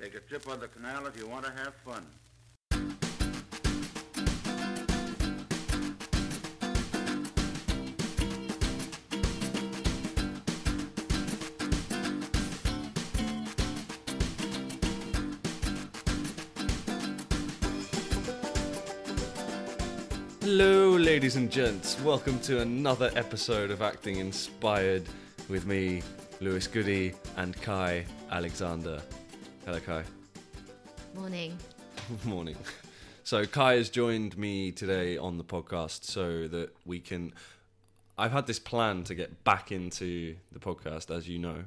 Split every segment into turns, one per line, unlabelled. Take a trip on the canal if you want to have fun.
Hello, ladies and gents. Welcome to another episode of Acting Inspired with me, Lewis Goody, and Kai Alexander. Hello, Kai.
Morning.
Morning. So, Kai has joined me today on the podcast so that we can. I've had this plan to get back into the podcast, as you know.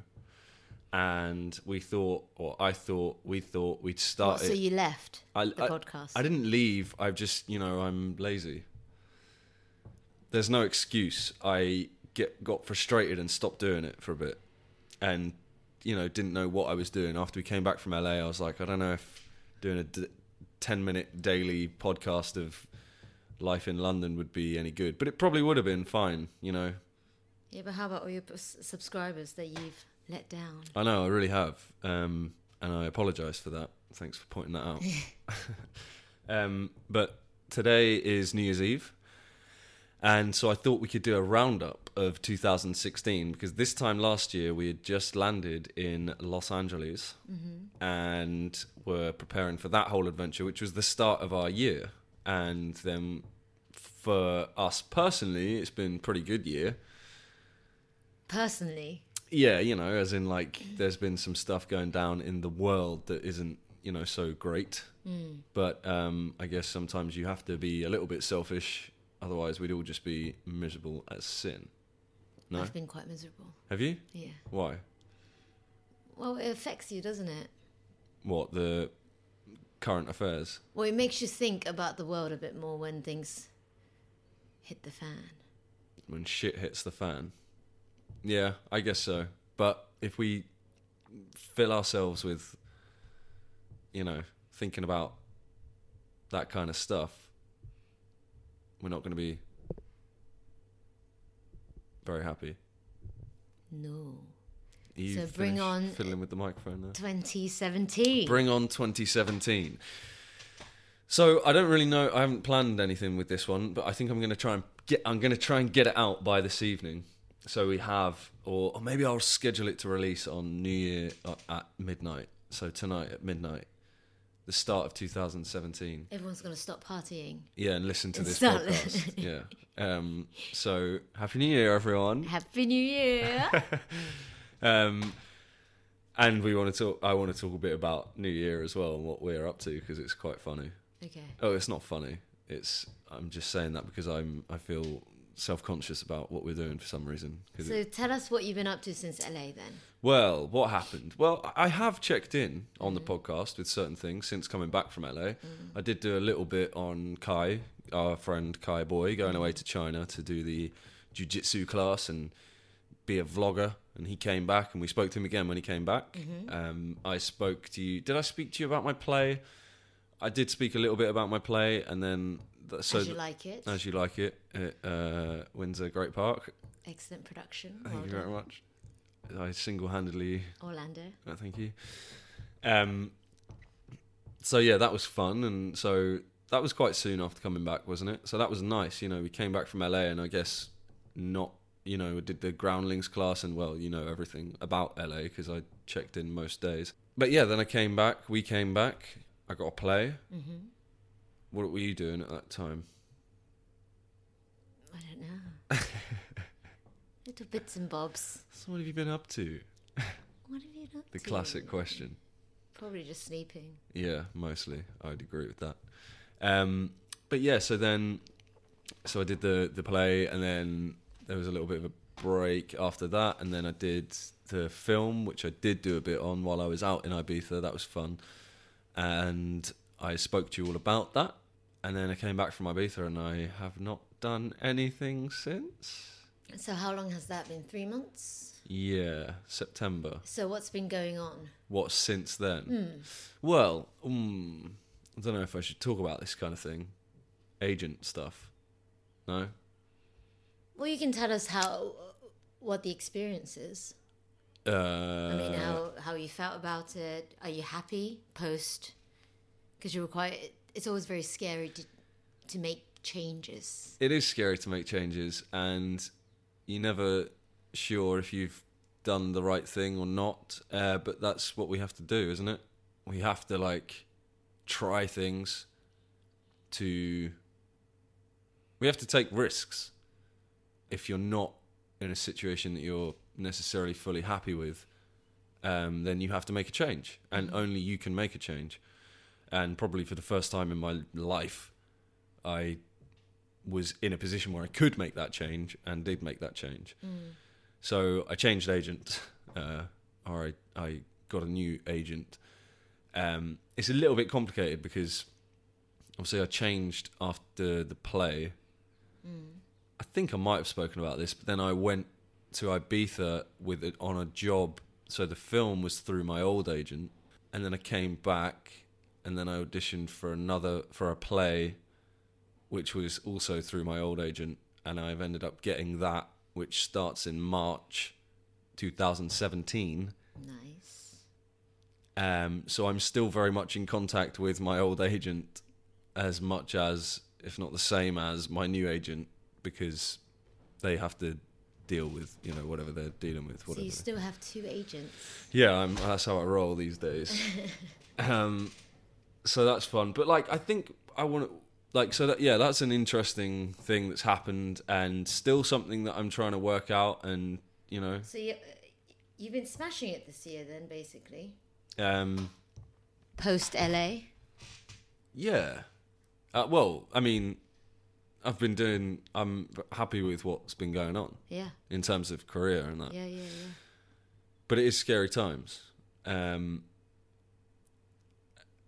And we thought, or I thought, we thought we'd start
Oh, so
Oh, it.
you left
I,
the
I-
podcast.
I didn't leave. I've just, you know, I'm lazy. There's no excuse. I get got frustrated and stopped doing it for a bit, and you know, didn't know what I was doing. After we came back from LA, I was like, I don't know if doing a d- ten minute daily podcast of life in London would be any good, but it probably would have been fine. You know,
yeah, but how about all your p- s- subscribers that you've let down?
I know I really have, um, and I apologise for that. Thanks for pointing that out. um, but today is New Year's Eve, and so I thought we could do a roundup of 2016 because this time last year we had just landed in Los Angeles and were preparing for that whole adventure, which was the start of our year. And then for us personally, it's been a pretty good year.
Personally,
Yeah, you know, as in like there's been some stuff going down in the world that isn't, you know, so great. But um I guess sometimes you have to be a little bit selfish, otherwise we'd all just be miserable as sin. No?
I've been quite miserable.
Have you?
Yeah.
Why?
Well, it affects you, doesn't it?
What the current affairs?
Well, it makes you think about the world a bit more when things hit the fan.
when shit hits the fan. Yeah, I guess so. But if we fill ourselves with, you know, thinking about that kind of stuff, we're not going to be very happy.
No.
You
So bring
finish
on-
fiddling with the microphone there.
2017.
Bring on 2017. So I don't really know. I haven't planned anything with this one, but I think I'm going to try and get. I'm going to try and get it out by this evening. So we have, or, or maybe I'll schedule it to release on New Year uh, at midnight. So tonight at midnight, the start of 2017.
Everyone's going to stop partying.
Yeah, and listen to
And
this
start-
podcast. yeah. Um, so happy New Year, everyone.
Happy New Year!
Um, and we want to talk. I want to talk a bit about New Year as well and what we're up to because it's quite funny.
okay.
Oh, it's not funny. It's I'm just saying that because I'm I feel self-conscious about what we're doing for some reason. 'Cause it-
So tell us what you've been up to since LA then.
well, what happened? Well, I- I have checked in on the
Mm.
podcast with certain things since coming back from LA. I did do a little bit on Kai, our friend Kai Boy, going
Mm.
away to China to do the jiu-jitsu class and be a vlogger. And he came back, and we spoke to him again when he came back.
Mm-hmm.
Um, I spoke to you. Did I speak to you about my play? I did speak a little bit about my play, and then th- so
As you
th-
like it.
as you like it at uh, Windsor Great Park.
Excellent production.
Thank
well
you
done.
very much. I single-handedly
Orlando.
uh, thank you. Um, so yeah, that was fun, and so that was quite soon after coming back, wasn't it? So that was nice. You know, we came back from LA, and I guess not. You know, did the groundlings class, and well, you know everything about LA because I checked in most days. But yeah, then I came back. We came back. I got a play.
hmm
What were you doing at that time?
I don't know. Little bits and bobs.
So what have you been up to?
What have you done?
The classic question.
Probably just sleeping.
Yeah, mostly. I'd agree with that. Um, but yeah, so then, so I did the the play, and then there was a little bit of a break after that, and then I did the film, which I did do a bit on while I was out in Ibiza. That was fun, and I spoke to you all about that, and then I came back from Ibiza, and I have not done anything since.
So how long has that been? Three months.
Yeah, September.
So what's been going on?
What since then?
Hmm.
Well, mm, I don't know if I should talk about this kind of thing. Agent stuff. No?
Well, you can tell us how what the experience is.
Uh,
I mean, how how you felt about it? Are you happy post? Because you were quite. It's always very scary to to make changes.
it is scary to make changes and you're never sure if you've done the right thing or not uh, but that's what we have to do isn't it we have to like try things to we have to take risks if you're not in a situation that you're necessarily fully happy with um, then you have to make a change and only you can make a change and probably for the first time in my life i was in a position where I could make that change and did make that change. So I changed agent, uh, or I, I got a new agent. Um, it's a little bit complicated because obviously I changed after the play. I think I might have spoken about this, but then I went to Ibiza with it on a job. So the film was through my old agent, and then I came back, and then I auditioned for another for a play which was also through my old agent, and I've ended up getting that, which starts in March 2017.
Nice.
Um, so I'm still very much in contact with my old agent, as much as, if not the same as, my new agent, because they have to deal with you know whatever they're dealing with.
So
Whatever.
you still have two agents.
Yeah, I'm, that's how I roll these days. um, so that's fun. But like, I think I want to like so that yeah, that's an interesting thing that's happened, and still something that I'm trying to work out. And you know,
So you you've been smashing it this year, then basically.
um,
Post LA.
yeah. Uh, well, I mean, I've been doing. I'm happy with what's been going on
Yeah.
in terms of career and that.
Yeah. Yeah. Yeah.
but it is scary times um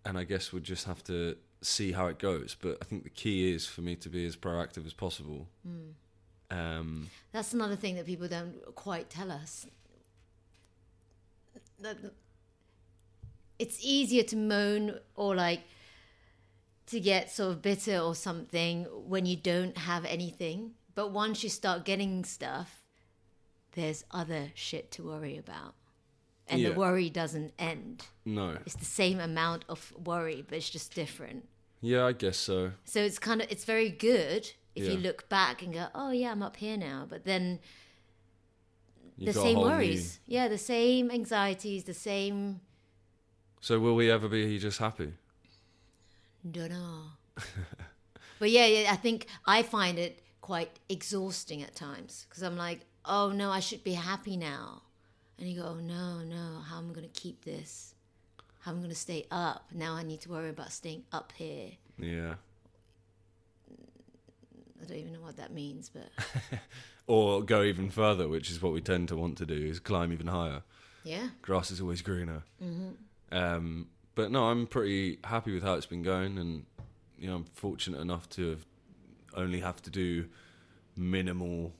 and i guess we'll just have to see how it goes but i think the key is for me to be as proactive as possible um
That's another thing that people don't quite tell us. That- that- It's easier to moan or like to get sort of bitter or something when you don't have anything. But once you start getting stuff, there's other shit to worry about. And the
Yeah.
worry doesn't end.
no
It's the same amount of worry, but it's just different.
yeah i guess so
So it's kind of it's very good if you
Yeah.
look back and go, "Oh yeah, I'm up here now." But then
You've
the
got a
same
whole new-
worries. Yeah, the same anxieties, the same.
so will we ever be just happy
Don't know. but yeah, yeah, I think I find it quite exhausting at times because I'm like, oh no, I should be happy now, and you go, oh no, no, how am I going to keep this? How am I going to stay up? Now I need to worry about staying up here.
yeah
I don't even know what that means, but
or go even further which is what we tend to want to do is climb even higher
yeah,
grass is always greener. Um, but no, I'm pretty happy with how it's been going, and you know, I'm fortunate enough to have only have to do minimal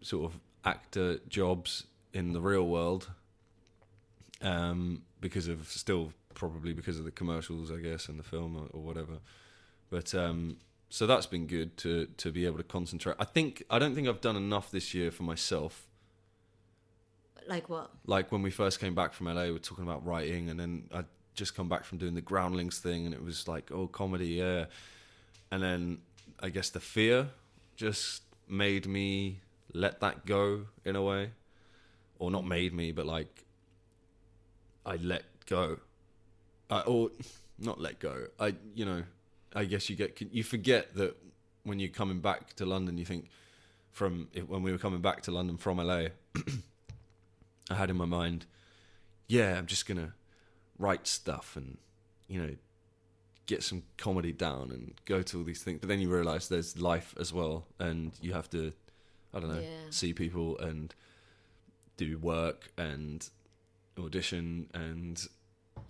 sort of actor jobs in the real world um, because of still probably because of the commercials, I guess, and the film or, or whatever. But um, so that's been good to to be able to concentrate. I think I don't think I've done enough this year for myself
like what?
like when we first came back from LA, we were talking about writing, and then I'd just come back from doing the Groundlings thing, and it was like, oh, comedy, yeah. And then I guess the fear just made me let that go in a way, or not made me, but like I let go, I, or not let go. I, you know, I guess you get you forget that when you're coming back to London, you think from if, when we were coming back to London from LA. I had in my mind, yeah, I'm just gonna write stuff and you know get some comedy down and go to all these things. But then you realise there's life as well, and you have to, I don't know,
Yeah.
see people and do work and audition and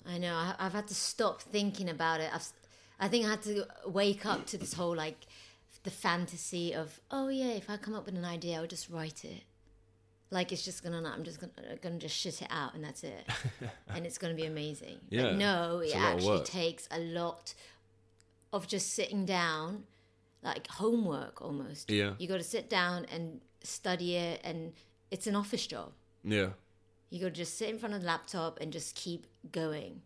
I know. I, I've had to stop thinking about it. I've, s- I think I had to wake up to this whole like the fantasy of oh yeah, if I come up with an idea, I'll just write it. Like it's just gonna, I'm just gonna, gonna just shit it out and that's it, and it's gonna be amazing. But
Yeah,
no,
it's
it
a lot of
actually
work.
takes a lot of just sitting down, like homework almost.
Yeah.
you got to sit down and study it, and it's an office job
yeah,
You got to just sit in front of the laptop and just keep going.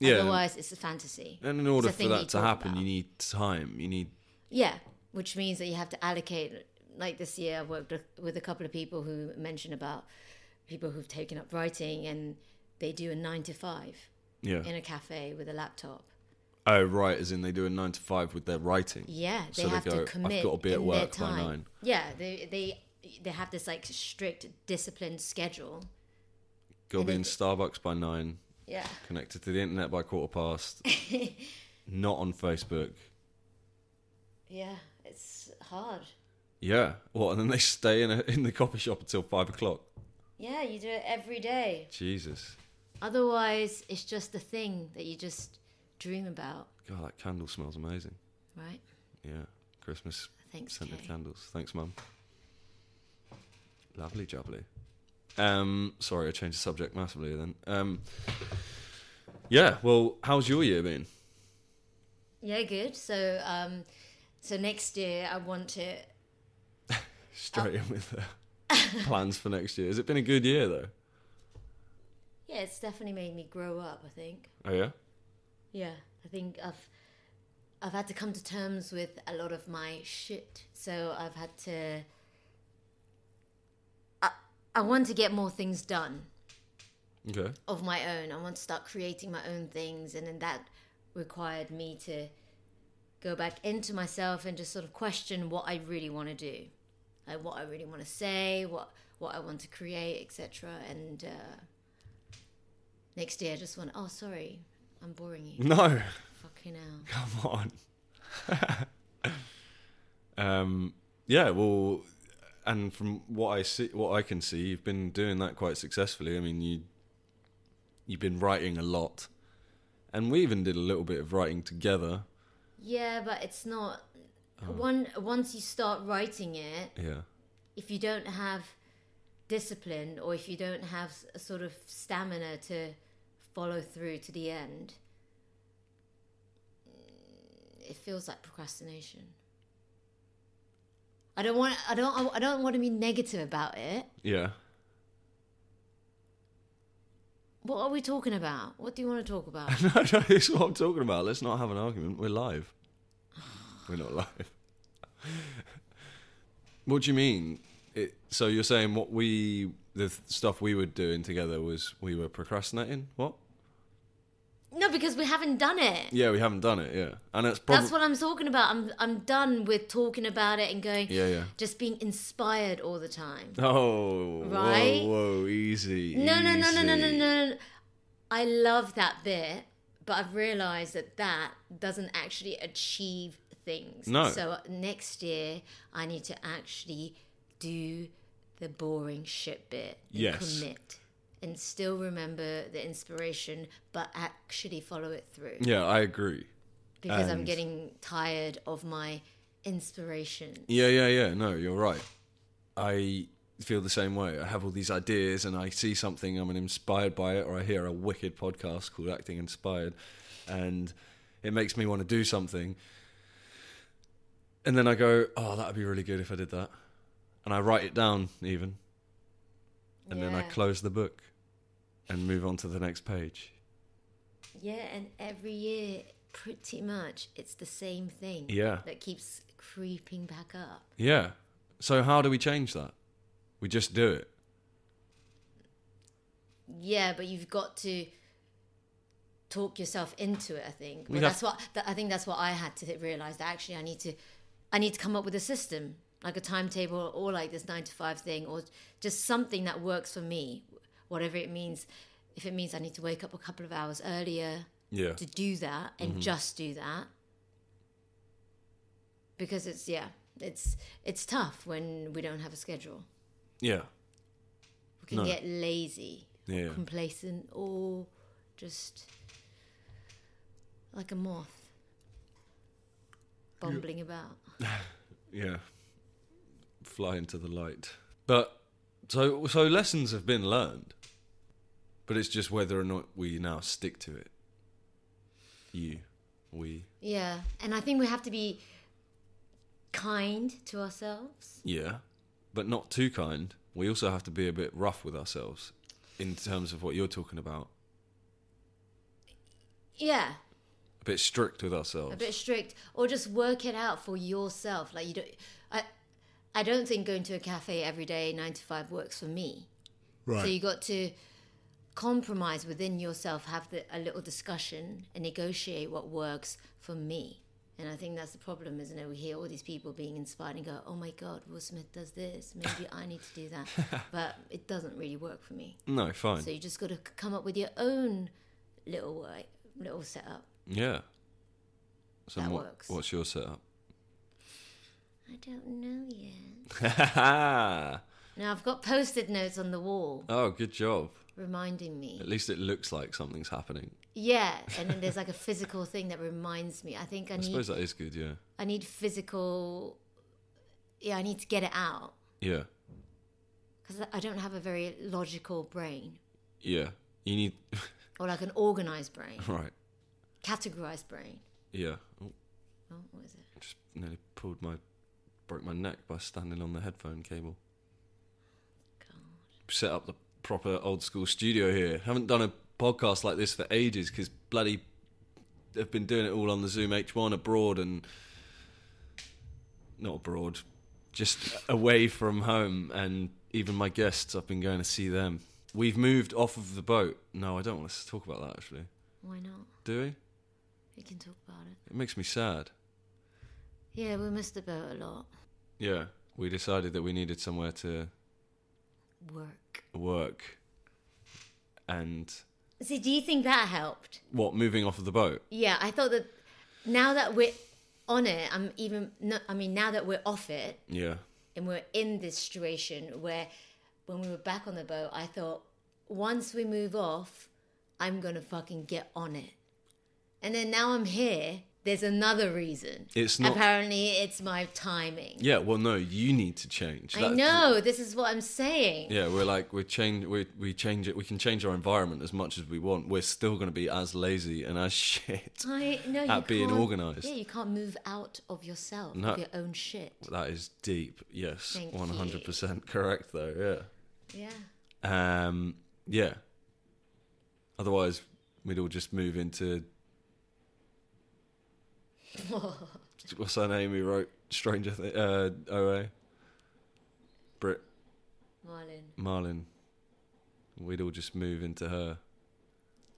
Yeah.
Otherwise, it's a fantasy.
and in order
It's a
for
thing
that to
talk
happen,
about.
you need time. You need
Yeah, which means that you have to allocate. Like this year, I've worked with a couple of people who mentioned about people who've taken up writing and they do a nine to five
yeah.
in a cafe with a laptop.
oh right, as in they do a nine to five with their writing.
Yeah, they
So they
have
go,
to
"I've
commit.
gotta be at
in
work by
their time.
nine.
Yeah, they they they have this like strict, disciplined schedule.
Got to be
And
in
it-
Starbucks by nine.
Yeah,
Connected to the internet by quarter past. not on Facebook.
yeah, it's hard.
Yeah. What? And then they stay in a, in the coffee shop until five o'clock.
Yeah, you do it every day.
Jesus.
Otherwise, it's just a thing that you just dream about,
God, that candle smells amazing.
right?
Yeah. Christmas
Thanks,
scented
Kay.
candles. Thanks, Mum. Lovely jubbly. Um, sorry, I changed the subject massively then. Um, yeah, well, how's your year been?
Yeah, good. So, um, so next year I want to.
Straight in with the plans for next year. Has it been a good year though?
Yeah, it's definitely made me grow up. I think.
Oh yeah?
Yeah, I think I've I've had to come to terms with a lot of my shit. So I've had to. I I want to get more things done
Okay.
of my own. I want to start creating my own things, and then that required me to go back into myself and just sort of question what I really want to do, like what I really want to say, what what I want to create, etc. And uh, next day, I just want. Oh, sorry, I'm boring you.
No.
Fucking hell.
Come on. um, yeah, well, and from what I see, what I can see, you've been doing that quite successfully. I mean, you you've been writing a lot, and we even did a little bit of writing together.
Yeah, but it's not. One once you start writing it,
Yeah,
if you don't have discipline or if you don't have s- a sort of stamina to follow through to the end, mm, it feels like procrastination. I don't want. I don't. I don't want to be negative about it.
yeah.
What are we talking about? What do you want to talk about?
no, no, this is what I'm talking about. Let's not have an argument. We're live. We're not live. what do you mean? It, so you're saying what we the th- stuff we were doing together was we were procrastinating? What?
no, because we haven't done it.
Yeah, we haven't done it. Yeah, and it's probably
That's what I'm talking about. I'm I'm done with talking about it and going.
Yeah, yeah.
Just being inspired all the time.
Oh,
Right?
Whoa, whoa, easy.
No, no, no, no, no, no,
easy.
no. no. I love that bit, but I've realised that that doesn't actually achieve things.
No.
So next year, I need to actually do the boring shit bit. and
Yes.
Commit. And still remember the inspiration, but actually follow it through
Yeah, I agree.
because I'm
And-
getting tired of my inspiration.
Yeah, yeah, yeah. No, you're right. I feel the same way. I have all these ideas and I see something, I'm inspired by it, or I hear a wicked podcast called Acting Inspired, and it makes me want to do something. And then I go, oh, that would be really good if I did that. And I write it down, even. And then I
Yeah.
close the book and move on to the next page.
Yeah, and every year, pretty much, it's the same thing.
Yeah.
That keeps creeping back up.
Yeah. So how do we change that? We just do it.
Yeah, but you've got to talk yourself into it. I think.
We
Well,
have-
that's what that, I think. That's what I had to realize that actually I need to, I need to come up with a system like a timetable or like this nine to five thing or just something that works for me, whatever it means. If it means I need to wake up a couple of hours earlier,
Yeah.
to do that and
Mm-hmm.
just do that because it's yeah it's it's tough when we don't have a schedule
Yeah.
we can
No.
get lazy
Yeah.
complacent or just like a moth bumbling about
Yeah. Fly into the light. But so so lessons have been learned. But it's just whether or not we now stick to it. You, we,
yeah and i think we have to be kind to ourselves
yeah, but not too kind. We also have to be a bit rough with ourselves in terms of what you're talking about.
Yeah.
A bit strict with ourselves.
a bit strict or just work it out for yourself like you don't i i don't think going to a cafe every day nine to five works for me so you got to compromise within yourself have the, a little discussion and negotiate what works for me and i think that's the problem isn't it we hear all these people being inspired and go oh my god will smith does this maybe i need to do that but it doesn't really work for me
no, fine.
so you just got to come up with your own little way little setup
yeah. So
That
what-
works.
what's your setup?
i don't know yet
oh,
Now I've got post-it notes on the wall
good job.
reminding me.
At least it looks like something's happening.
Yeah, and then there's like a physical thing that reminds me. I think I
I
need
suppose that is good, yeah.
I need physical yeah, I need to get it out
Yeah.
cuz I don't have a very logical brain
Yeah. You need
or like an organized brain,
right.
categorized brain.
Yeah. Oh,
Oh, what is it?
just nearly pulled my broke my neck by standing on the headphone cable. Set up the proper old school studio here. Haven't done a podcast like this for ages because bloody have been doing it all on the Zoom H1 abroad and not abroad, just away from home. And even my guests, I've been going to see them. We've moved off of the boat. No, I don't want to talk about that actually.
Why not?
Do we?
We can talk about it.
It makes me sad.
Yeah, we missed the boat a lot.
Yeah. We decided that we needed somewhere to
Work.
work and
See, do you think that helped?
what moving off of the boat
Yeah, I thought that now that we're on it, I'm even no, I mean now that we're off it,
yeah
and we're in this situation where when we were back on the boat i thought once we move off i'm gonna fucking get on it and then now i'm here there's another reason
It's not-
apparently it's my timing
yeah well no you need to change
i
That-
know this is what i'm saying
yeah we're like we're change we, we change it we can change our environment as much as we want we're still going to be as lazy and as shit
I no, you
At being
can't-
organised.
Yeah, you can't move out of yourself,
No.
of your own shit.
that is deep yes
Thank
100% correct though
Yeah,
yeah um yeah otherwise we'd all just move into what's her name who wrote stranger Thi- uh oa brit
Marlon.
Marlin. We'd all just move into her.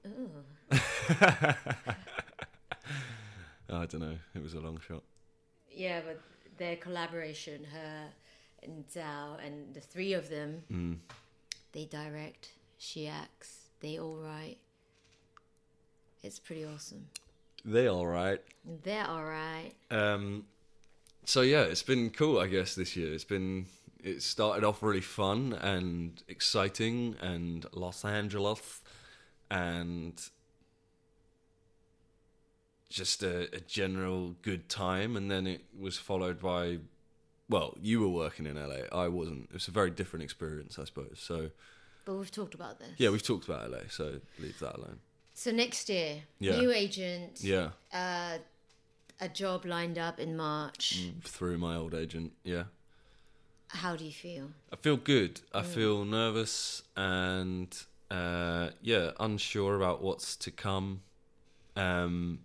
Ooh.
I don't know. It was a long shot.
Yeah, but their collaboration, her and Zhao, and the three of them,
Mm.
they direct, she acts, they all write. It's pretty awesome.
They all right.
They're all right.
Um, so yeah, it's been cool. I guess this year it's been. It started off really fun and exciting, and Los Angeles, and just a, a general good time. And then it was followed by, well, you were working in LA. I wasn't. It's a very different experience, I suppose. So.
But we've talked about this.
Yeah, we've talked about LA, so leave that alone.
So next year,
Yeah.
new agent,
Yeah, Mm.
uh, a job lined up in March.
through my old agent. Yeah,
How do you feel?
I feel good. I feel nervous and uh, yeah, unsure about what's to come. Um,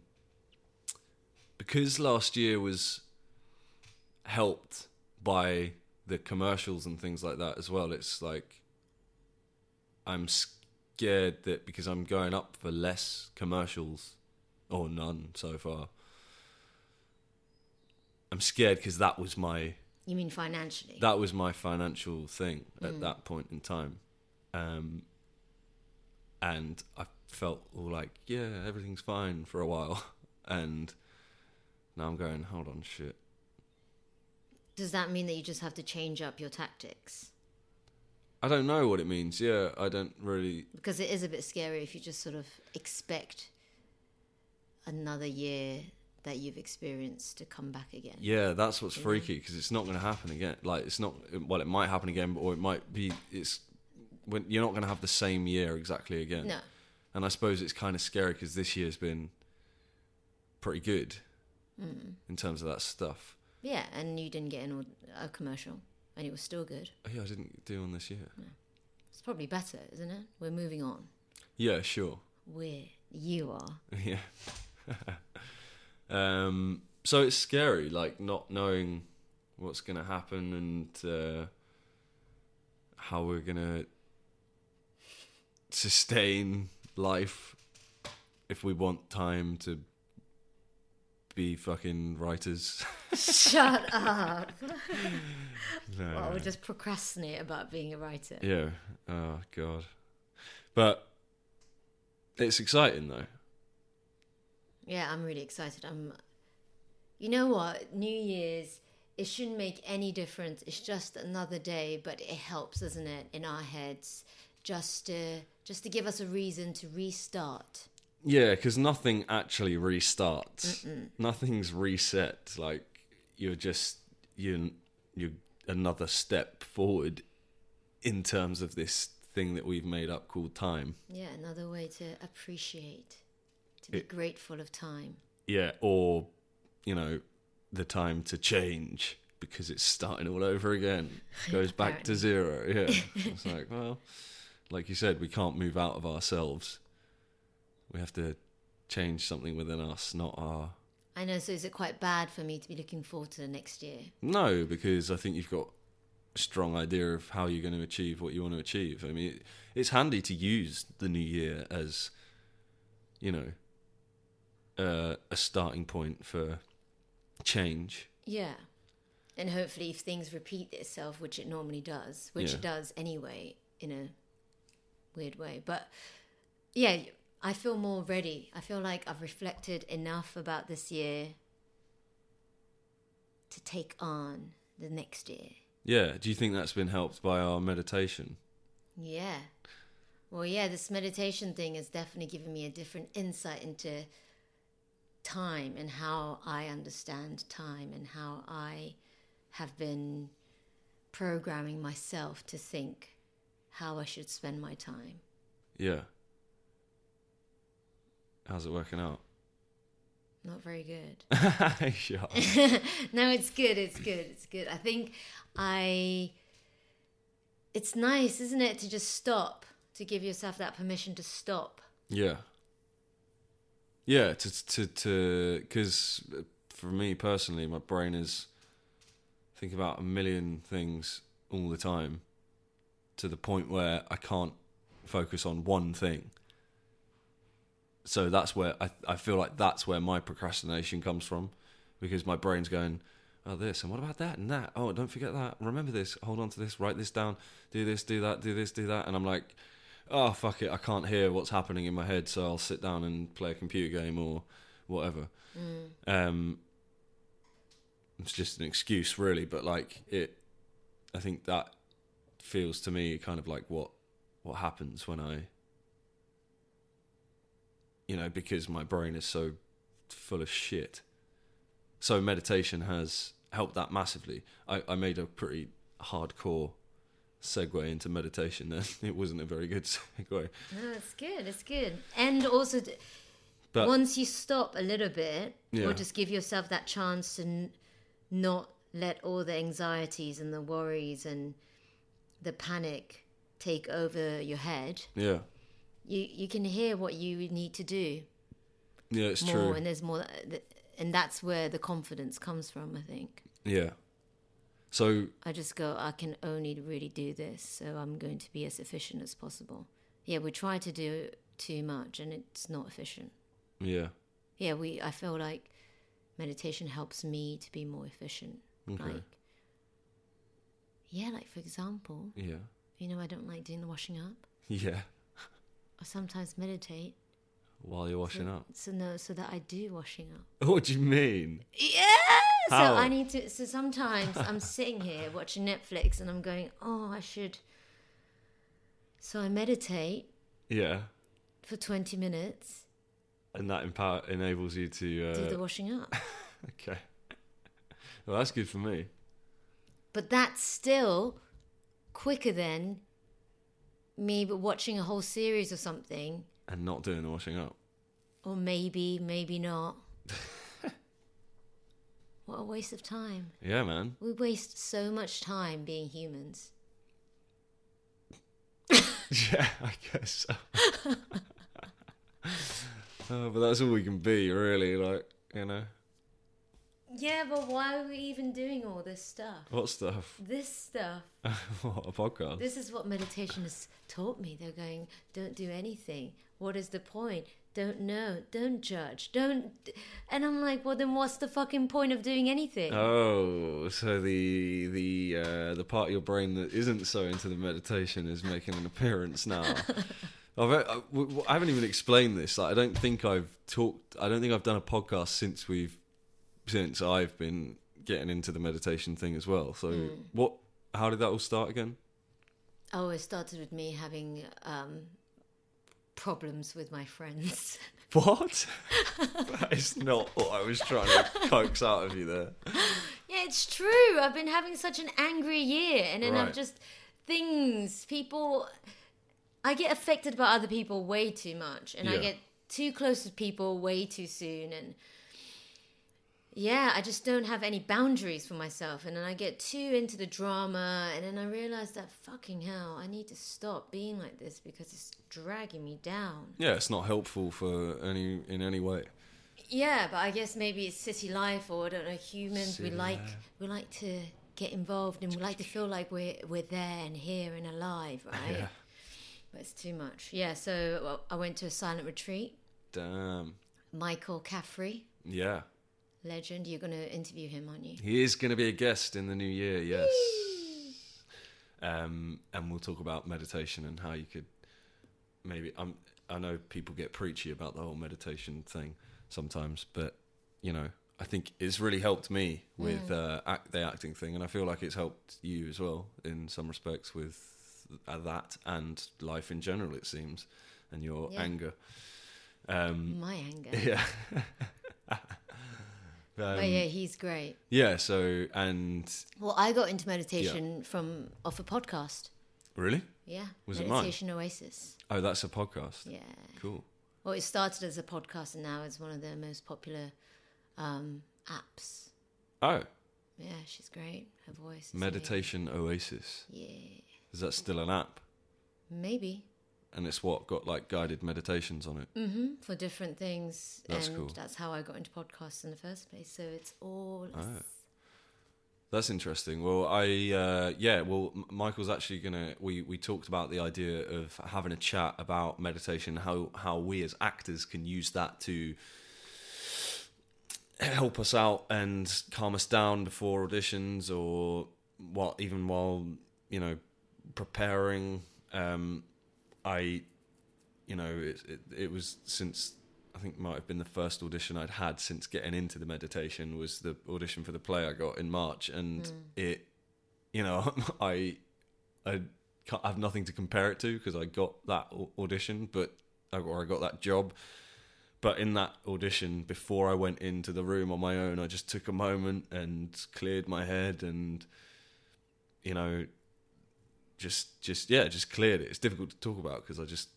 because last year was helped by the commercials and things like that as well. It's like I'm scared that because I'm going up for less commercials or none so far. I'm scared because that was my
You mean financially?
that was my financial thing at that point in time um and i felt all like yeah everything's fine for a while and now i'm going hold on shit
Does that mean that you just have to change up your tactics?
i don't know what it means yeah i don't really
because it is a bit scary if you just sort of expect another year that you've experienced to come back again.
yeah that's what's freaky because it's not going to happen again like it's not well it might happen again or it might be it's when you're not going to have the same year exactly again
No,
And I suppose it's kind of scary because this year's been pretty good in terms of that stuff.
yeah, and you didn't get in a commercial, and it was still good.
Oh, yeah, I didn't do one this year.
It's probably better, isn't it? We're moving on.
Yeah, sure.
We're you are.
Yeah. um, so it's scary, like not knowing what's gonna happen and uh, how we're gonna sustain life if we want time to be fucking writers.
Shut up.
No.
Well, we'll just procrastinate about being a writer.
Yeah. Oh god. But it's exciting though.
Yeah, I'm really excited. I'm. You know what? New Year's. It shouldn't make any difference. It's just another day, but it helps, doesn't it, in our heads, just to just to give us a reason to restart.
Yeah, because nothing actually restarts. Nothing's reset. Like you're just you you're another step forward in terms of this thing that we've made up called time.
Yeah, another way to appreciate, to be grateful of time.
Yeah, or you know, the time to change because it's starting all over again. Goes back to zero. Yeah. it's like, well, like you said, we can't move out of ourselves. We have to change something within us, not our
I know. So is it quite bad for me to be looking forward to the next year?
No, because I think you've got a strong idea of how you're going to achieve what you want to achieve. I mean, it, it's handy to use the new year as, you know, uh, a starting point for change.
Yeah. And hopefully, if things repeat itself, which it normally does, which it
Yeah.
does anyway in a weird way, but yeah, I feel more ready. I feel like I've reflected enough about this year to take on the next year.
Yeah. Do you think that's been helped by our meditation?
Yeah. Well, yeah, this meditation thing has definitely given me a different insight into time and how I understand time and how I have been programming myself to think how I should spend my time.
Yeah. How's it working out?
Not very good.
Shut up.
no, it's good. It's good. It's good. I think I. It's nice, isn't it, to just stop, to give yourself that permission to stop.
Yeah. Yeah, to to to because for me personally, my brain is think about a million things all the time, to the point where I can't focus on one thing. So that's where I I feel like that's where my procrastination comes from, because my brain's going, oh this and what about that and that oh don't forget that remember this hold on to this write this down do this do that do this do that and I'm like oh fuck it, I can't hear what's happening in my head, so I'll sit down and play a computer game or whatever. Um, it's just an excuse, really, but like it, I think that feels to me kind of like what what happens when I, you know, because my brain is so full of shit. So meditation has helped that massively. I, I made a pretty hardcore segue into meditation then. It wasn't a very good segue.
No, it's good. It's good. And also, d-
But
once you stop a little bit,
Yeah.
or just give yourself that chance to n- not let all the anxieties and the worries and the panic take over your head,
yeah.
you you can hear what you need to do
Yeah, it's
more,
true.
and there's more, th- and that's where the confidence comes from. I think
yeah. So
I just go, I can only really do this, so I'm going to be as efficient as possible. Yeah, we try to do too much, and it's not efficient.
yeah.
yeah we i feel like meditation helps me to be more efficient
Okay.
like yeah like for example
Yeah.
you know i don't like doing the washing up
Yeah.
i sometimes meditate
While you're washing up.
so no so that i do washing up
What do you mean?
yeah
How?
so i need to so sometimes i'm sitting here watching netflix and i'm going oh i should so i meditate
Yeah.
for 20 minutes
And that empower enables you to uh,
do the washing up
Okay. Well that's good for me.
but that's still quicker than me but watching a whole series or something
And not doing the washing up.
or maybe maybe not what a waste of time
Yeah, man.
we waste so much time being humans
Yeah, I guess so. oh, but that's all we can be, really. Like, you know,
Yeah, but why are we even doing all this stuff?
what stuff?
This stuff.
what a podcast.
This is what meditation has taught me. They're going, don't do anything. What is the point? Don't know. Don't judge. Don't. And I'm like, well, then what's the fucking point of doing anything?
Oh, so the the uh, the part of your brain that isn't so into the meditation is making an appearance now. I've, I, w- I haven't even explained this. Like, I don't think I've talked. I don't think I've done a podcast since we've since I've been getting into the meditation thing as well. So what? How did that all start again?
Oh, it started with me having um, problems with my friends.
What? that is not what I was trying to coax out of you there.
yeah, it's true. I've been having such an angry year, and then I've
Right.
just things, people. I get affected by other people way too much, and I
Yeah.
get too close with people way too soon, and yeah, I just don't have any boundaries for myself, and then I get too into the drama, and then I realize that fucking hell, I need to stop being like this because it's dragging me down.
Yeah, it's not helpful for any in any way.
Yeah, but I guess maybe it's city life, or I don't know. Humans,
City
we like
life.
we like to get involved, and we like to feel like we're we're there and here and alive, right?
Yeah.
But it's too much. Yeah. So well, I went to a silent retreat.
Damn.
Michael Caffrey,
Yeah.
legend. You're going to interview him, aren't you?
He is going to be a guest in the new year, yes. um, and we'll talk about meditation and how you could maybe. I'm, I know people get preachy about the whole meditation thing sometimes, but you know, I think it's really helped me with uh, act, the acting thing, and I feel like it's helped you as well in some respects with uh, that and life in general. It seems, and your
Yeah.
anger. Um,
My anger.
yeah.
but
Um,
yeah, he's great.
yeah. So and
Well, I got into meditation from off a podcast.
Really?
Yeah.
Was it mine?
meditation Oasis.
Oh, that's a podcast.
Yeah.
Cool.
Well, it started as a podcast, and now it's one of the most popular um, apps.
Oh,
Yeah, she's great. Her voice. is
Meditation Oasis.
amazing.
Is that still an app?
Yeah, maybe
And it's what got like guided meditations on it.
Mm-hmm. for different things.
That's
and
cool.
That's how I got into podcasts in the first place. So it's all.
Oh. That's interesting. Well, I uh, yeah. Well, M- Michael's actually gonna. We we talked about the idea of having a chat about meditation. How how we as actors can use that to help us out and calm us down before auditions, or while even while you know preparing. Um, I, you know, it, it it was since I think might have been the first audition I'd had since getting into the meditation was the audition for the play I got in March, and it, you know, I, I can't, have nothing to compare it to because I got that au- audition, but uh, or I got that job. But in that audition, before I went into the room on my own, I just took a moment and cleared my head and, you know, just just yeah, just cleared it. It's difficult to talk about because I just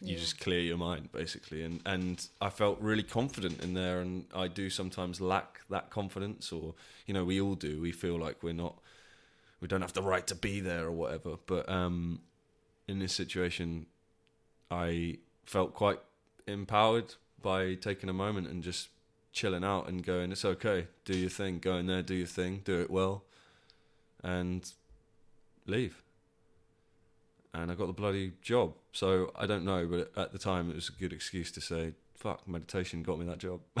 you
Yeah.
just clear your mind basically, and and I felt really confident in there, and I do sometimes lack that confidence, or you know, we all do. We feel like we're not, we don't have the right to be there or whatever. But um, in this situation, I felt quite empowered by taking a moment and just chilling out and going, it's okay, do your thing, go in there, do your thing, do it well, and leave. And I got the bloody job. So I don't know, but at the time it was a good excuse to say, fuck, meditation got me that job.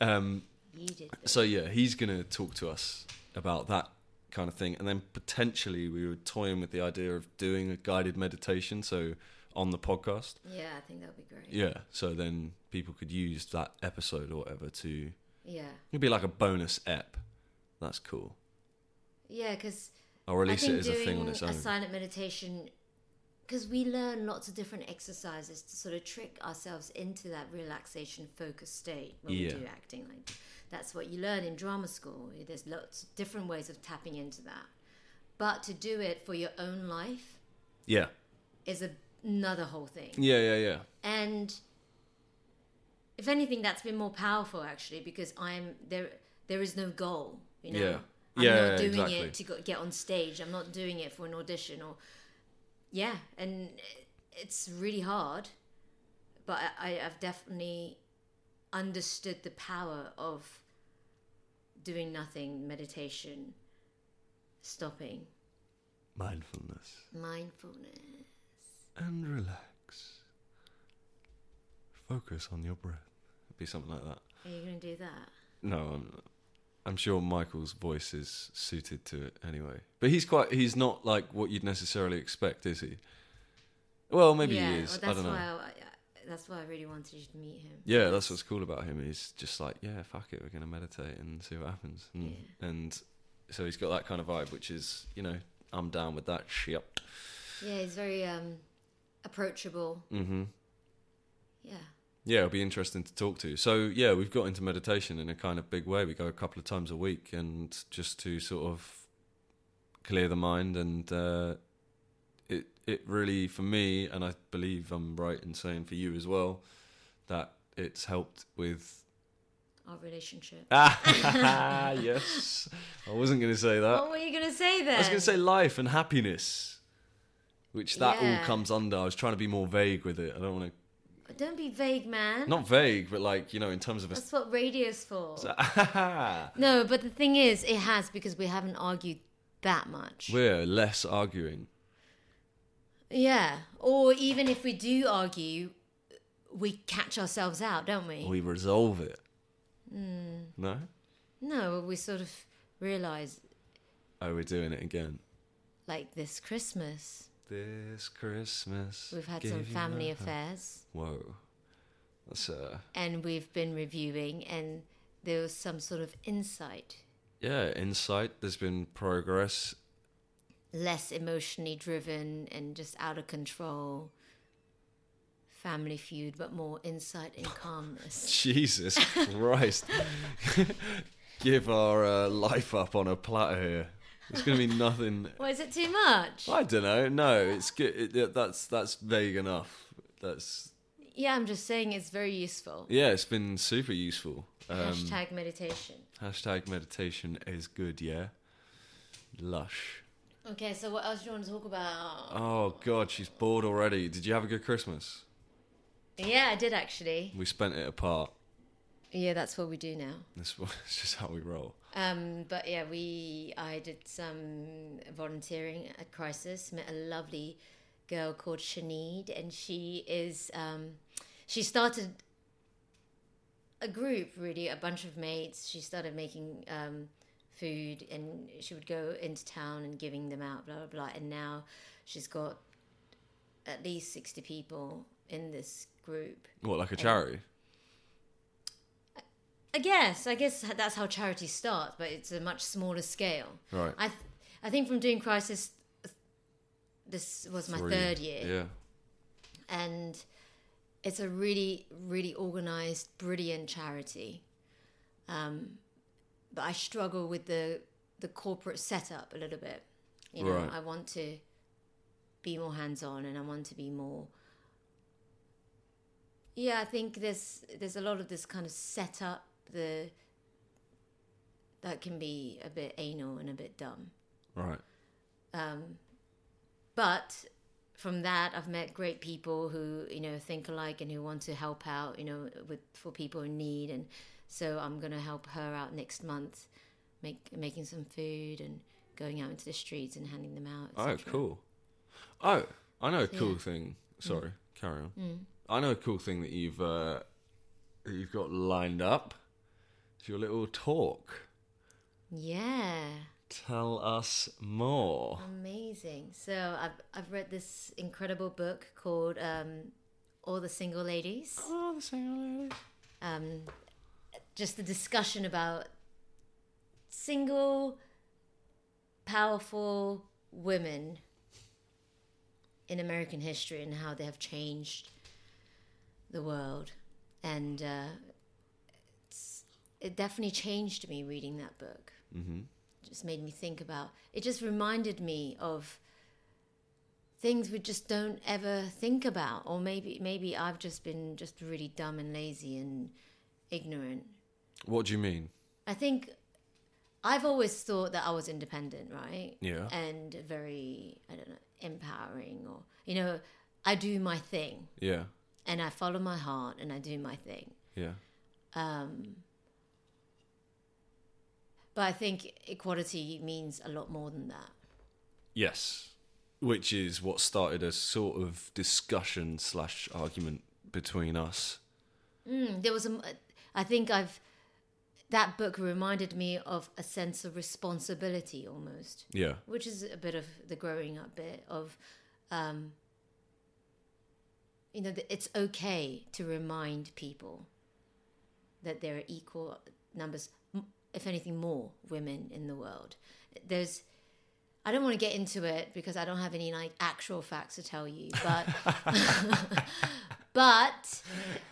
um,
You did.
so yeah, he's going to talk to us about that kind of thing, and then potentially we were toying with the idea of doing a guided meditation, so on the podcast.
Yeah, I think that would be great.
Yeah, so then people could use that episode or whatever to
Yeah.
it'd be like a bonus ep. That's cool.
Yeah, because
I'll
I
release
think
it as a
doing
thing on its
a
own.
silent meditation. Because we learn lots of different exercises to sort of trick ourselves into that relaxation focused state when
Yeah.
we do acting. Like that's what you learn in drama school. There's lots of different ways of tapping into that, but to do it for your own life
yeah,
is a, another whole thing.
yeah, yeah, yeah.
And if anything, that's been more powerful actually because I'm there. There is no goal, you know.
Yeah.
I'm
Yeah,
not doing
exactly.
it to go, get on stage. I'm not doing it for an audition or yeah, and it's really hard, but I, I've definitely understood the power of doing nothing, meditation, stopping,
Mindfulness
mindfulness.
and relax. Focus on your breath. It'd be something like that.
Are you going to do that?
No, I'm, I'm sure Michael's voice is suited to it anyway. But he's quite, he's not like what you'd necessarily expect, is he? Well, maybe
yeah,
he is.
well,
I
that's
don't know.
why I, I- that's why I really wanted you to meet him.
Yeah, that's what's cool about him. He's just like, yeah, fuck it, we're gonna meditate and see what happens. And, and so he's got that kind of vibe, which is, you know, I'm down with that shit.
Yeah, he's very um, approachable.
hmm
Yeah.
Yeah, it'll be interesting to talk to. So yeah, we've got into meditation in a kind of big way. We go a couple of times a week, and just to sort of clear the mind, and uh, it it really for me, and I believe I'm right in saying for you as well, that it's helped with
Our relationship.
Ah, yes. I wasn't going to say that.
what were you going to say
Uh,
then?
I was going to say life and happiness, which that all
Yeah.
comes under. I was trying to be more vague with it. I don't want
Don't be vague, man.
to, not vague, but like, you know, in terms of a.
That's what radio's for.
Ah,
no, but the thing is, it has because we haven't argued that much.
We're less arguing.
yeah. Or even if we do argue, we catch ourselves out, don't we?
We resolve it.
Hmm.
No?
no, we sort of realize,
Oh, we're doing it again.
like this Christmas,
This Christmas.
we've had
gave
some
you
family
my-
affairs.
Whoa. That's, uh,
and we've been reviewing and there was some sort of insight
yeah, insight. There's been progress.
less emotionally driven and just out of control family feud but more insight and calmness
Jesus Christ. Give our uh, life up on a platter here. It's going to be nothing.
Why is it too much
I don't know. No, it's good. It, it- that's that's vague enough. That's
yeah i'm just saying it's very useful
yeah. It's been super useful. Um,
hashtag meditation
hashtag meditation is good. Yeah, lush.
okay so what else do you want to talk about
Oh God, she's bored already. Did you have a good Christmas?
yeah i did actually
We spent it apart.
yeah that's what we do now
That's what- it's just how we roll.
Um, but yeah, we I did some volunteering at Crisis. Met a lovely girl called Shanid, and she is um, she started a group really, a bunch of mates. She started making um, food, and she would go into town and giving them out, blah blah blah. And now she's got at least sixty people in this group.
What like a charity?
I guess. I guess that's how charity starts, but it's a much smaller scale.
Right.
I, th- I think from doing Crisis, this was my
Three.
third year,
Yeah.
and it's a really, really organized, brilliant charity. Um, but I struggle with the the corporate setup a little bit. You know,
Right.
I want to be more hands on, and I want to be more. Yeah, I think there's there's a lot of this kind of setup the that can be a bit anal and a bit dumb.
Right.
but from that i've met great people who you know think alike and who want to help out you know with for people in need and so i'm going to help her out next month make making some food and going out into the streets and handing them out
Oh,
etc.
cool. Oh, I know a cool
yeah. Mm.
thing. Sorry, carry on. I know a cool thing that you've uh, that you've got lined up. It's your little talk.
yeah
Tell us more.
Oh. amazing so i've i've read this incredible book called um all the single ladies
Oh, the single lady.
um, just the discussion about single, powerful women in American history and how they have changed the world. And uh, it's, it definitely changed me reading that book. Mm-hmm. Just made me think about it, just reminded me of things we just don't ever think about or maybe maybe I've just been just really dumb and lazy and ignorant.
What do you mean?
I think I've always thought that I was independent, right?
Yeah.
And very I don't know empowering or you know I do my thing
yeah,
and I follow my heart and I do my thing.
yeah,
Um, but I think equality means a lot more than that.
yes. Which is what started a sort of discussion slash argument between us.
Mm, there was a, I think I've that book reminded me of a sense of responsibility almost,
Yeah,
which is a bit of the growing up bit of, um, you know, that it's okay to remind people that there are equal numbers, m- if anything more, women in the world. There's I don't want to get into it because I don't have any like actual facts to tell you, but but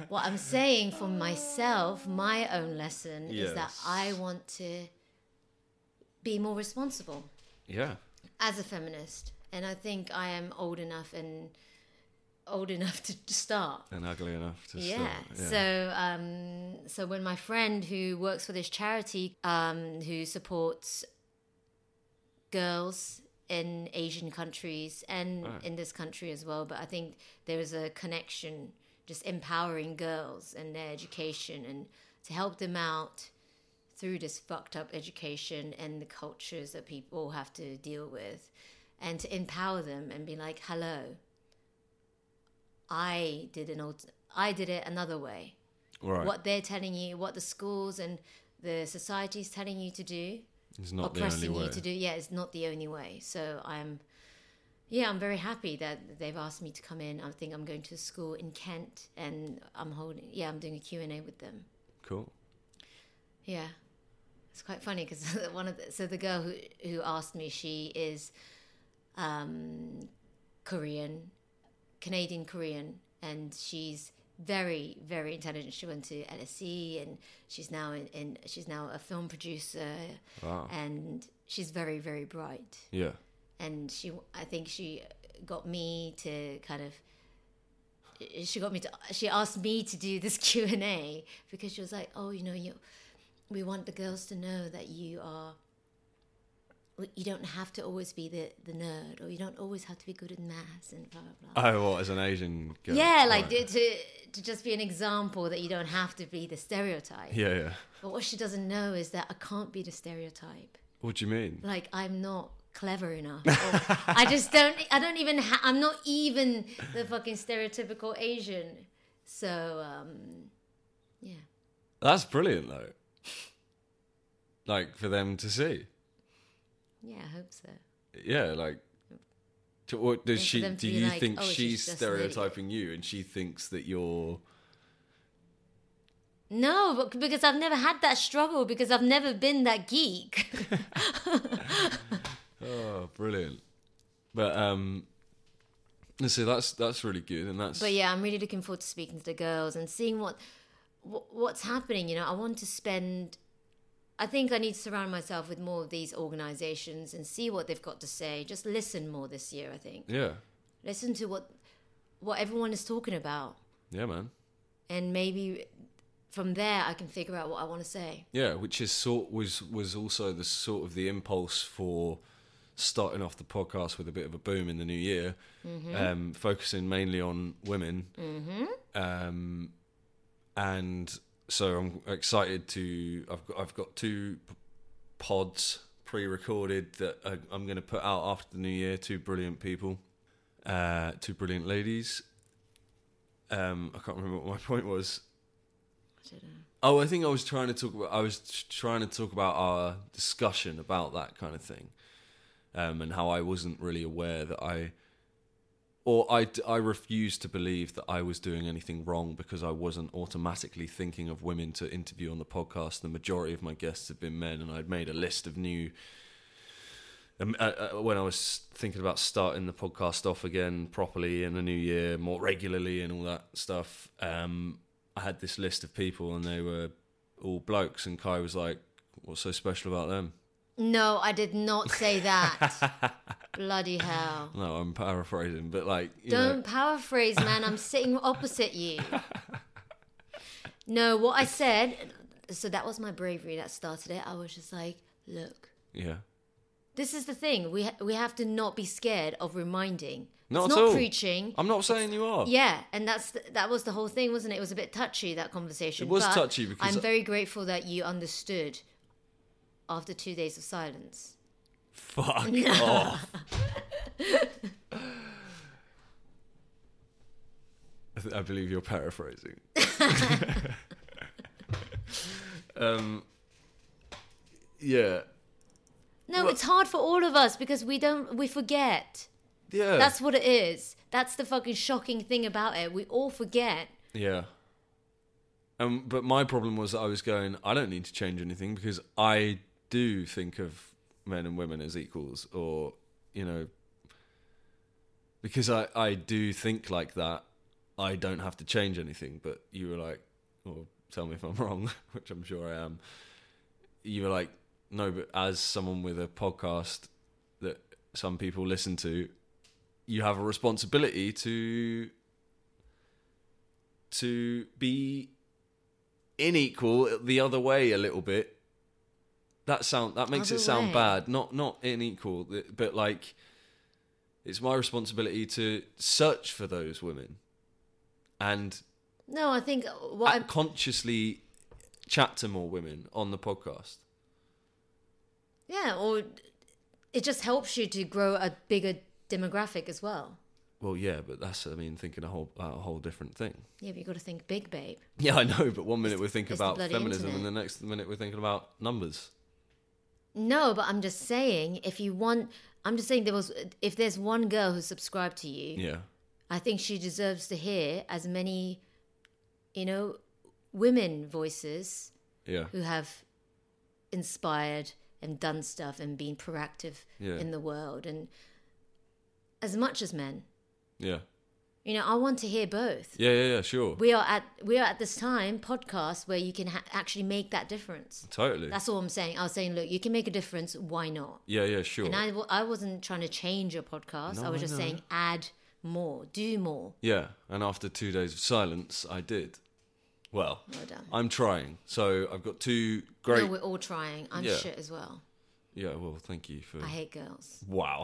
what I'm saying for myself, my own lesson is that
Yes.
I want to be more responsible
yeah,
as a feminist, and I think I am old enough and old enough to start.
and ugly enough to
Yeah.
start,
So, um, so when my friend who works for this charity, um, who supports girls in Asian countries and
Right.
in this country as well, but I think there is a connection, just empowering girls and their education and to help them out through this fucked up education and the cultures that people have to deal with and to empower them and be like hello i did an old i did it another way
right,
what they're telling you what the schools and the society is telling you to do
it's not the only
oppressing
way.
you to do yeah it's not the only way so i'm yeah i'm very happy that they've asked me to come in i think i'm going to a school in kent and i'm holding yeah i'm doing a q&a with them
Cool.
yeah, it's quite funny because one of the, so the girl who who asked me, she is um, Korean, Canadian Korean, and she's very very intelligent. She went to LSE and she's now in, in she's now a film producer,
Wow.
and she's very very bright
Yeah.
and she i think she got me to kind of she got me to she asked me to do this q&a because she was like oh you know you we want the girls to know that you are you don't have to always be the, the nerd or you don't always have to be good in maths and blah blah blah
Oh, what as an Asian girl?
yeah like
Right.
to, to just be an example that you don't have to be the stereotype
yeah, yeah.
but what she doesn't know is that i can't be the stereotype
What do you mean?
like I'm not clever enough. Or I just don't. I don't even. Ha- I'm not even the fucking stereotypical Asian. So um, yeah,
That's brilliant, though. Like for them to see.
yeah. I hope so.
Yeah, like. To, or does
for
she?
them to
Do
be
you
like,
think
"Oh, she's
she's
just an idiot."
stereotyping you, and she thinks that you're?
No, but- because I've never had that struggle because I've never been that geek.
Oh, brilliant! But um, so that's that's really good, and that's
But yeah, I'm really looking forward to speaking to the girls and seeing what, what what's happening. You know, I want to spend. I think I need to surround myself with more of these organizations and see what they've got to say. Just listen more this year, I think.
yeah,
listen to what what everyone is talking about
yeah, man,
and maybe from there i can figure out what i want to say
yeah. Which is sort was was also the sort of the impulse for starting off the podcast with a bit of a boom in the new year, um, focusing mainly on women, um, and so I'm excited to I've got, I've got two p- pods pre-recorded that I, I'm going to put out after the new year. Two brilliant people, uh, two brilliant ladies. Um, I can't remember what my point was.
I don't know.
Oh, I think I was trying to talk about I was t- trying to talk about our discussion about that kind of thing, um, and how I wasn't really aware that I, or I, d- I refused to believe that I was doing anything wrong because I wasn't automatically thinking of women to interview on the podcast. The majority of my guests have been men, and I'd made a list of new. Um, uh, uh, when I was thinking about starting the podcast off again properly in the new year, more regularly, and all that stuff, um, I had this list of people and they were all blokes, and Kai was like, "What's so special about them?"
no i did not say that bloody hell
No, I'm paraphrasing, but like, you
don't
know,
paraphrase man i'm sitting opposite you no what i said so that was my bravery that started it i was just like look
yeah,
This is the thing. We ha- we have to not be scared of reminding.
Not
it's
at
not
all.
preaching.
I'm not saying you are.
Yeah, and that's the, that was the whole thing, wasn't it? It was a bit touchy that conversation.
It was
but
touchy because-
I'm very grateful that you understood after two days of silence.
Fuck off. I, th- I believe you're paraphrasing. um, yeah,
No,
Well-
it's hard for all of us because we don't we forget.
yeah,
That's what it is. That's the fucking shocking thing about it. We all forget.
yeah. Um, but my problem was that I was going. I don't need to change anything because I do think of men and women as equals, or you know, because I I do think like that. I don't have to change anything. But you were like, or tell me if I'm wrong, which I'm sure I am. You were like, no, but as someone with a podcast that some people listen to, you have a responsibility to to be unequal the other way a little bit. That sound that makes it
Other
sound
way.
bad. Not not unequal, but like it's my responsibility to search for those women and
No, I think what I'm,
consciously chat to more women on the podcast.
yeah, or it just helps you to grow a bigger demographic as well.
Well, yeah, but that's I mean thinking a whole about a whole different thing.
Yeah, but you got to think big, babe.
Yeah, I know, but one minute we're thinking
it's the
about
bloody
feminism, and
internet.
the next minute we're thinking about numbers.
No, but I'm just saying, if you want, I'm just saying there was, if there's one girl who subscribed to you,
Yeah,
I think she deserves to hear as many, you know, women voices
yeah,
who have inspired and done stuff and been proactive
Yeah.
in the world, and as much as men.
yeah,
You know, I want to hear both.
yeah, yeah, yeah. Sure,
We are at we are at this time podcast where you can ha- actually make that difference.
totally.
That's all I'm saying. I was saying, look, you can make a difference. Why not?
Yeah, yeah, sure.
And I, w- I wasn't trying to change your podcast. I
No,
was
I
just
know.
saying add more, do more.
yeah, and after two days of silence, I did. Well,
Well done.
I'm trying. So I've got two great.
No, we're all trying. I'm
Yeah.
shit as well.
yeah, well, thank you for.
I hate girls.
Wow.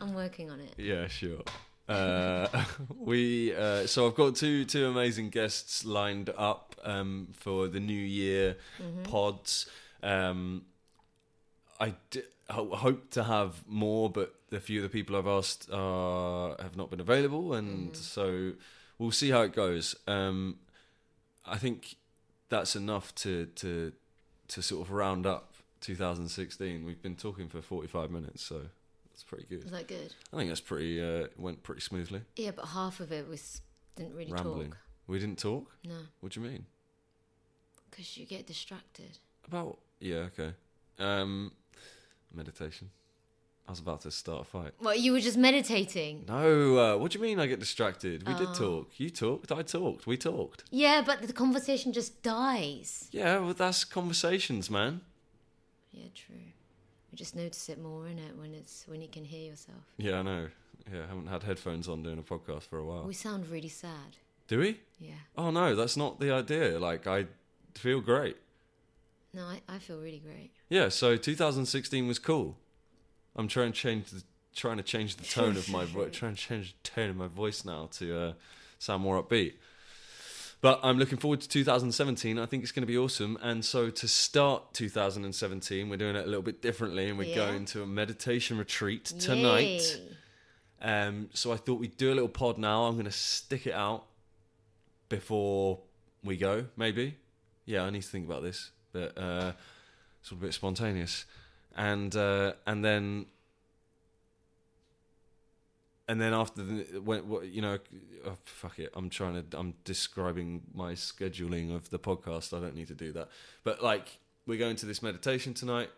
I'm working on it.
Yeah, sure. Uh, we uh, so I've got two two amazing guests lined up um, for the new year pods. Um, I d- ho- hope to have more, but a few of the people I've asked uh, have not been available, and so we'll see how it goes. Um, I think that's enough to to to sort of round up 2016. We've been talking for 45 minutes, so that's pretty good.
Is that good?
I think that's pretty. Uh, it went pretty smoothly.
Yeah, but half of it was didn't really
Rambling.
talk.
We didn't talk.
No,
What do you mean?
because you get distracted.
About yeah, okay. Um, meditation. I was about to start a fight.
Well, you were just meditating.
No, uh, what do you mean? I get distracted. We did talk. You talked. I talked. We talked.
Yeah, but the conversation just dies.
Yeah, well, that's conversations, man.
Yeah, true. You just notice it more in it when it's when you can hear yourself.
Yeah, I know. Yeah, I haven't had headphones on doing a podcast for a while.
We sound really sad.
Do we?
Yeah.
Oh no, that's not the idea. Like I feel great.
No, I, I feel really great.
Yeah, so 2016 was cool. I'm trying to change the trying to change the tone of my voice, trying to change the tone of my voice now to uh, sound more upbeat. But I'm looking forward to 2017. I think it's going to be awesome. And so to start 2017, we're doing it a little bit differently, and we're
Yeah.
going to a meditation retreat tonight.
Yay.
Um, so I thought we'd do a little pod now. I'm going to stick it out before we go, maybe. Yeah, I need to think about this, but uh, it's all a bit spontaneous, and uh, and then and then after the when, what you know, oh, fuck it. I'm trying to. I'm describing my scheduling of the podcast. I don't need to do that, but like we're going to this meditation tonight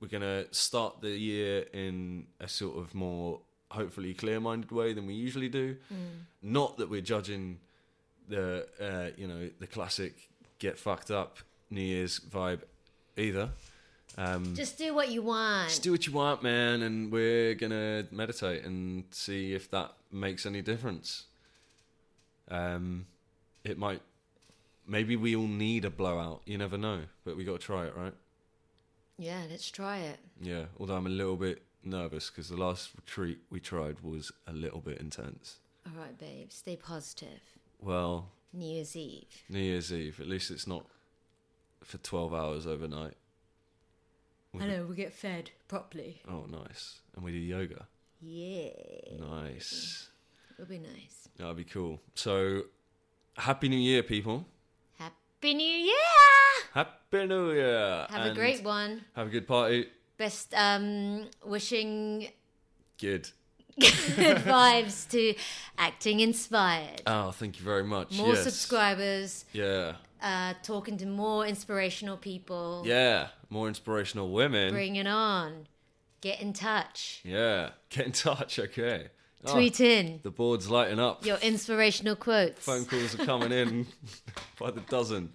we're going to start the year in a sort of more hopefully clear-minded way than we usually do not that we're judging the uh, you know the classic get fucked up new year's vibe either um,
Just do what you want.
just do what you want man and we're going to meditate and see if that makes any difference um, it might maybe we all need a blowout you never know but we got to try it right
Yeah, let's try it.
Yeah, although I'm a little bit nervous because the last retreat we tried was a little bit intense.
All right, babe, stay positive.
Well,
New Year's Eve.
New Year's Eve, at least it's not for 12 hours overnight.
I know, we get fed properly.
Oh, nice. And we do yoga.
Yeah,
Nice.
it'll be nice.
That'd be cool. So, Happy New Year, people.
Happy New Year!
Happy New Year.
Have a
And
great one.
Have a good party.
Best um, wishing
Good.
good vibes to Acting Inspired.
Oh, thank you very much.
More
yes.
subscribers,
Yeah.
uh, talking to more inspirational people.
Yeah. More inspirational women.
Bring it on. Get in touch.
Yeah. Get in touch. Okay. Oh,
Tweet in
the board's lighting up.
your inspirational quotes.
Phone calls are coming in by the dozen.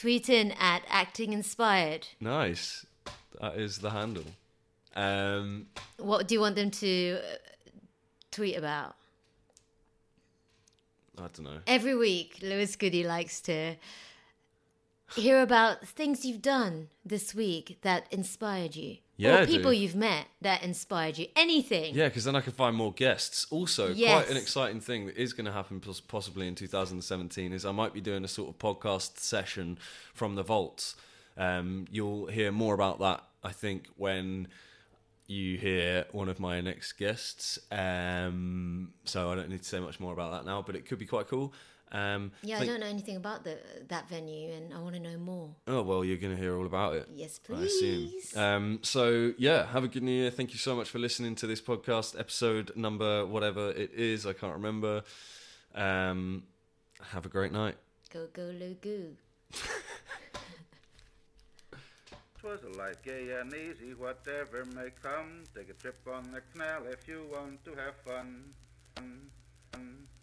Tweet in at Acting Inspired.
Nice. That is the handle. Um,
What do you want them to uh, tweet about?
I don't know.
Every week, Lewis Goody likes to hear about things you've done this week that inspired you.
Yeah, I
or
do.
people you've met that inspired you. Anything.
Yeah, because then I can find more guests. Also,
Yes.
quite an exciting thing that is going to happen pos- possibly in 2017 is I might be doing a sort of podcast session from the vaults. Um, you'll hear more about that, I think, when you hear one of my next guests. Um, so I don't need to say much more about that now, but it could be quite cool. Um,
Yeah,
think-
I don't know anything about the, that venue and I want to know more.
Oh well, you're going to hear all about it.
Yes,
I assume.
please.
Um, so yeah, have a good new year. Thank you so much for listening to this podcast episode number whatever it is. I can't remember. Um, have a great night.
Go, go, Lou Goo.
'Twas a life gay and easy, whatever may come. Take a trip on the canal if you want to have fun. Fun, fun.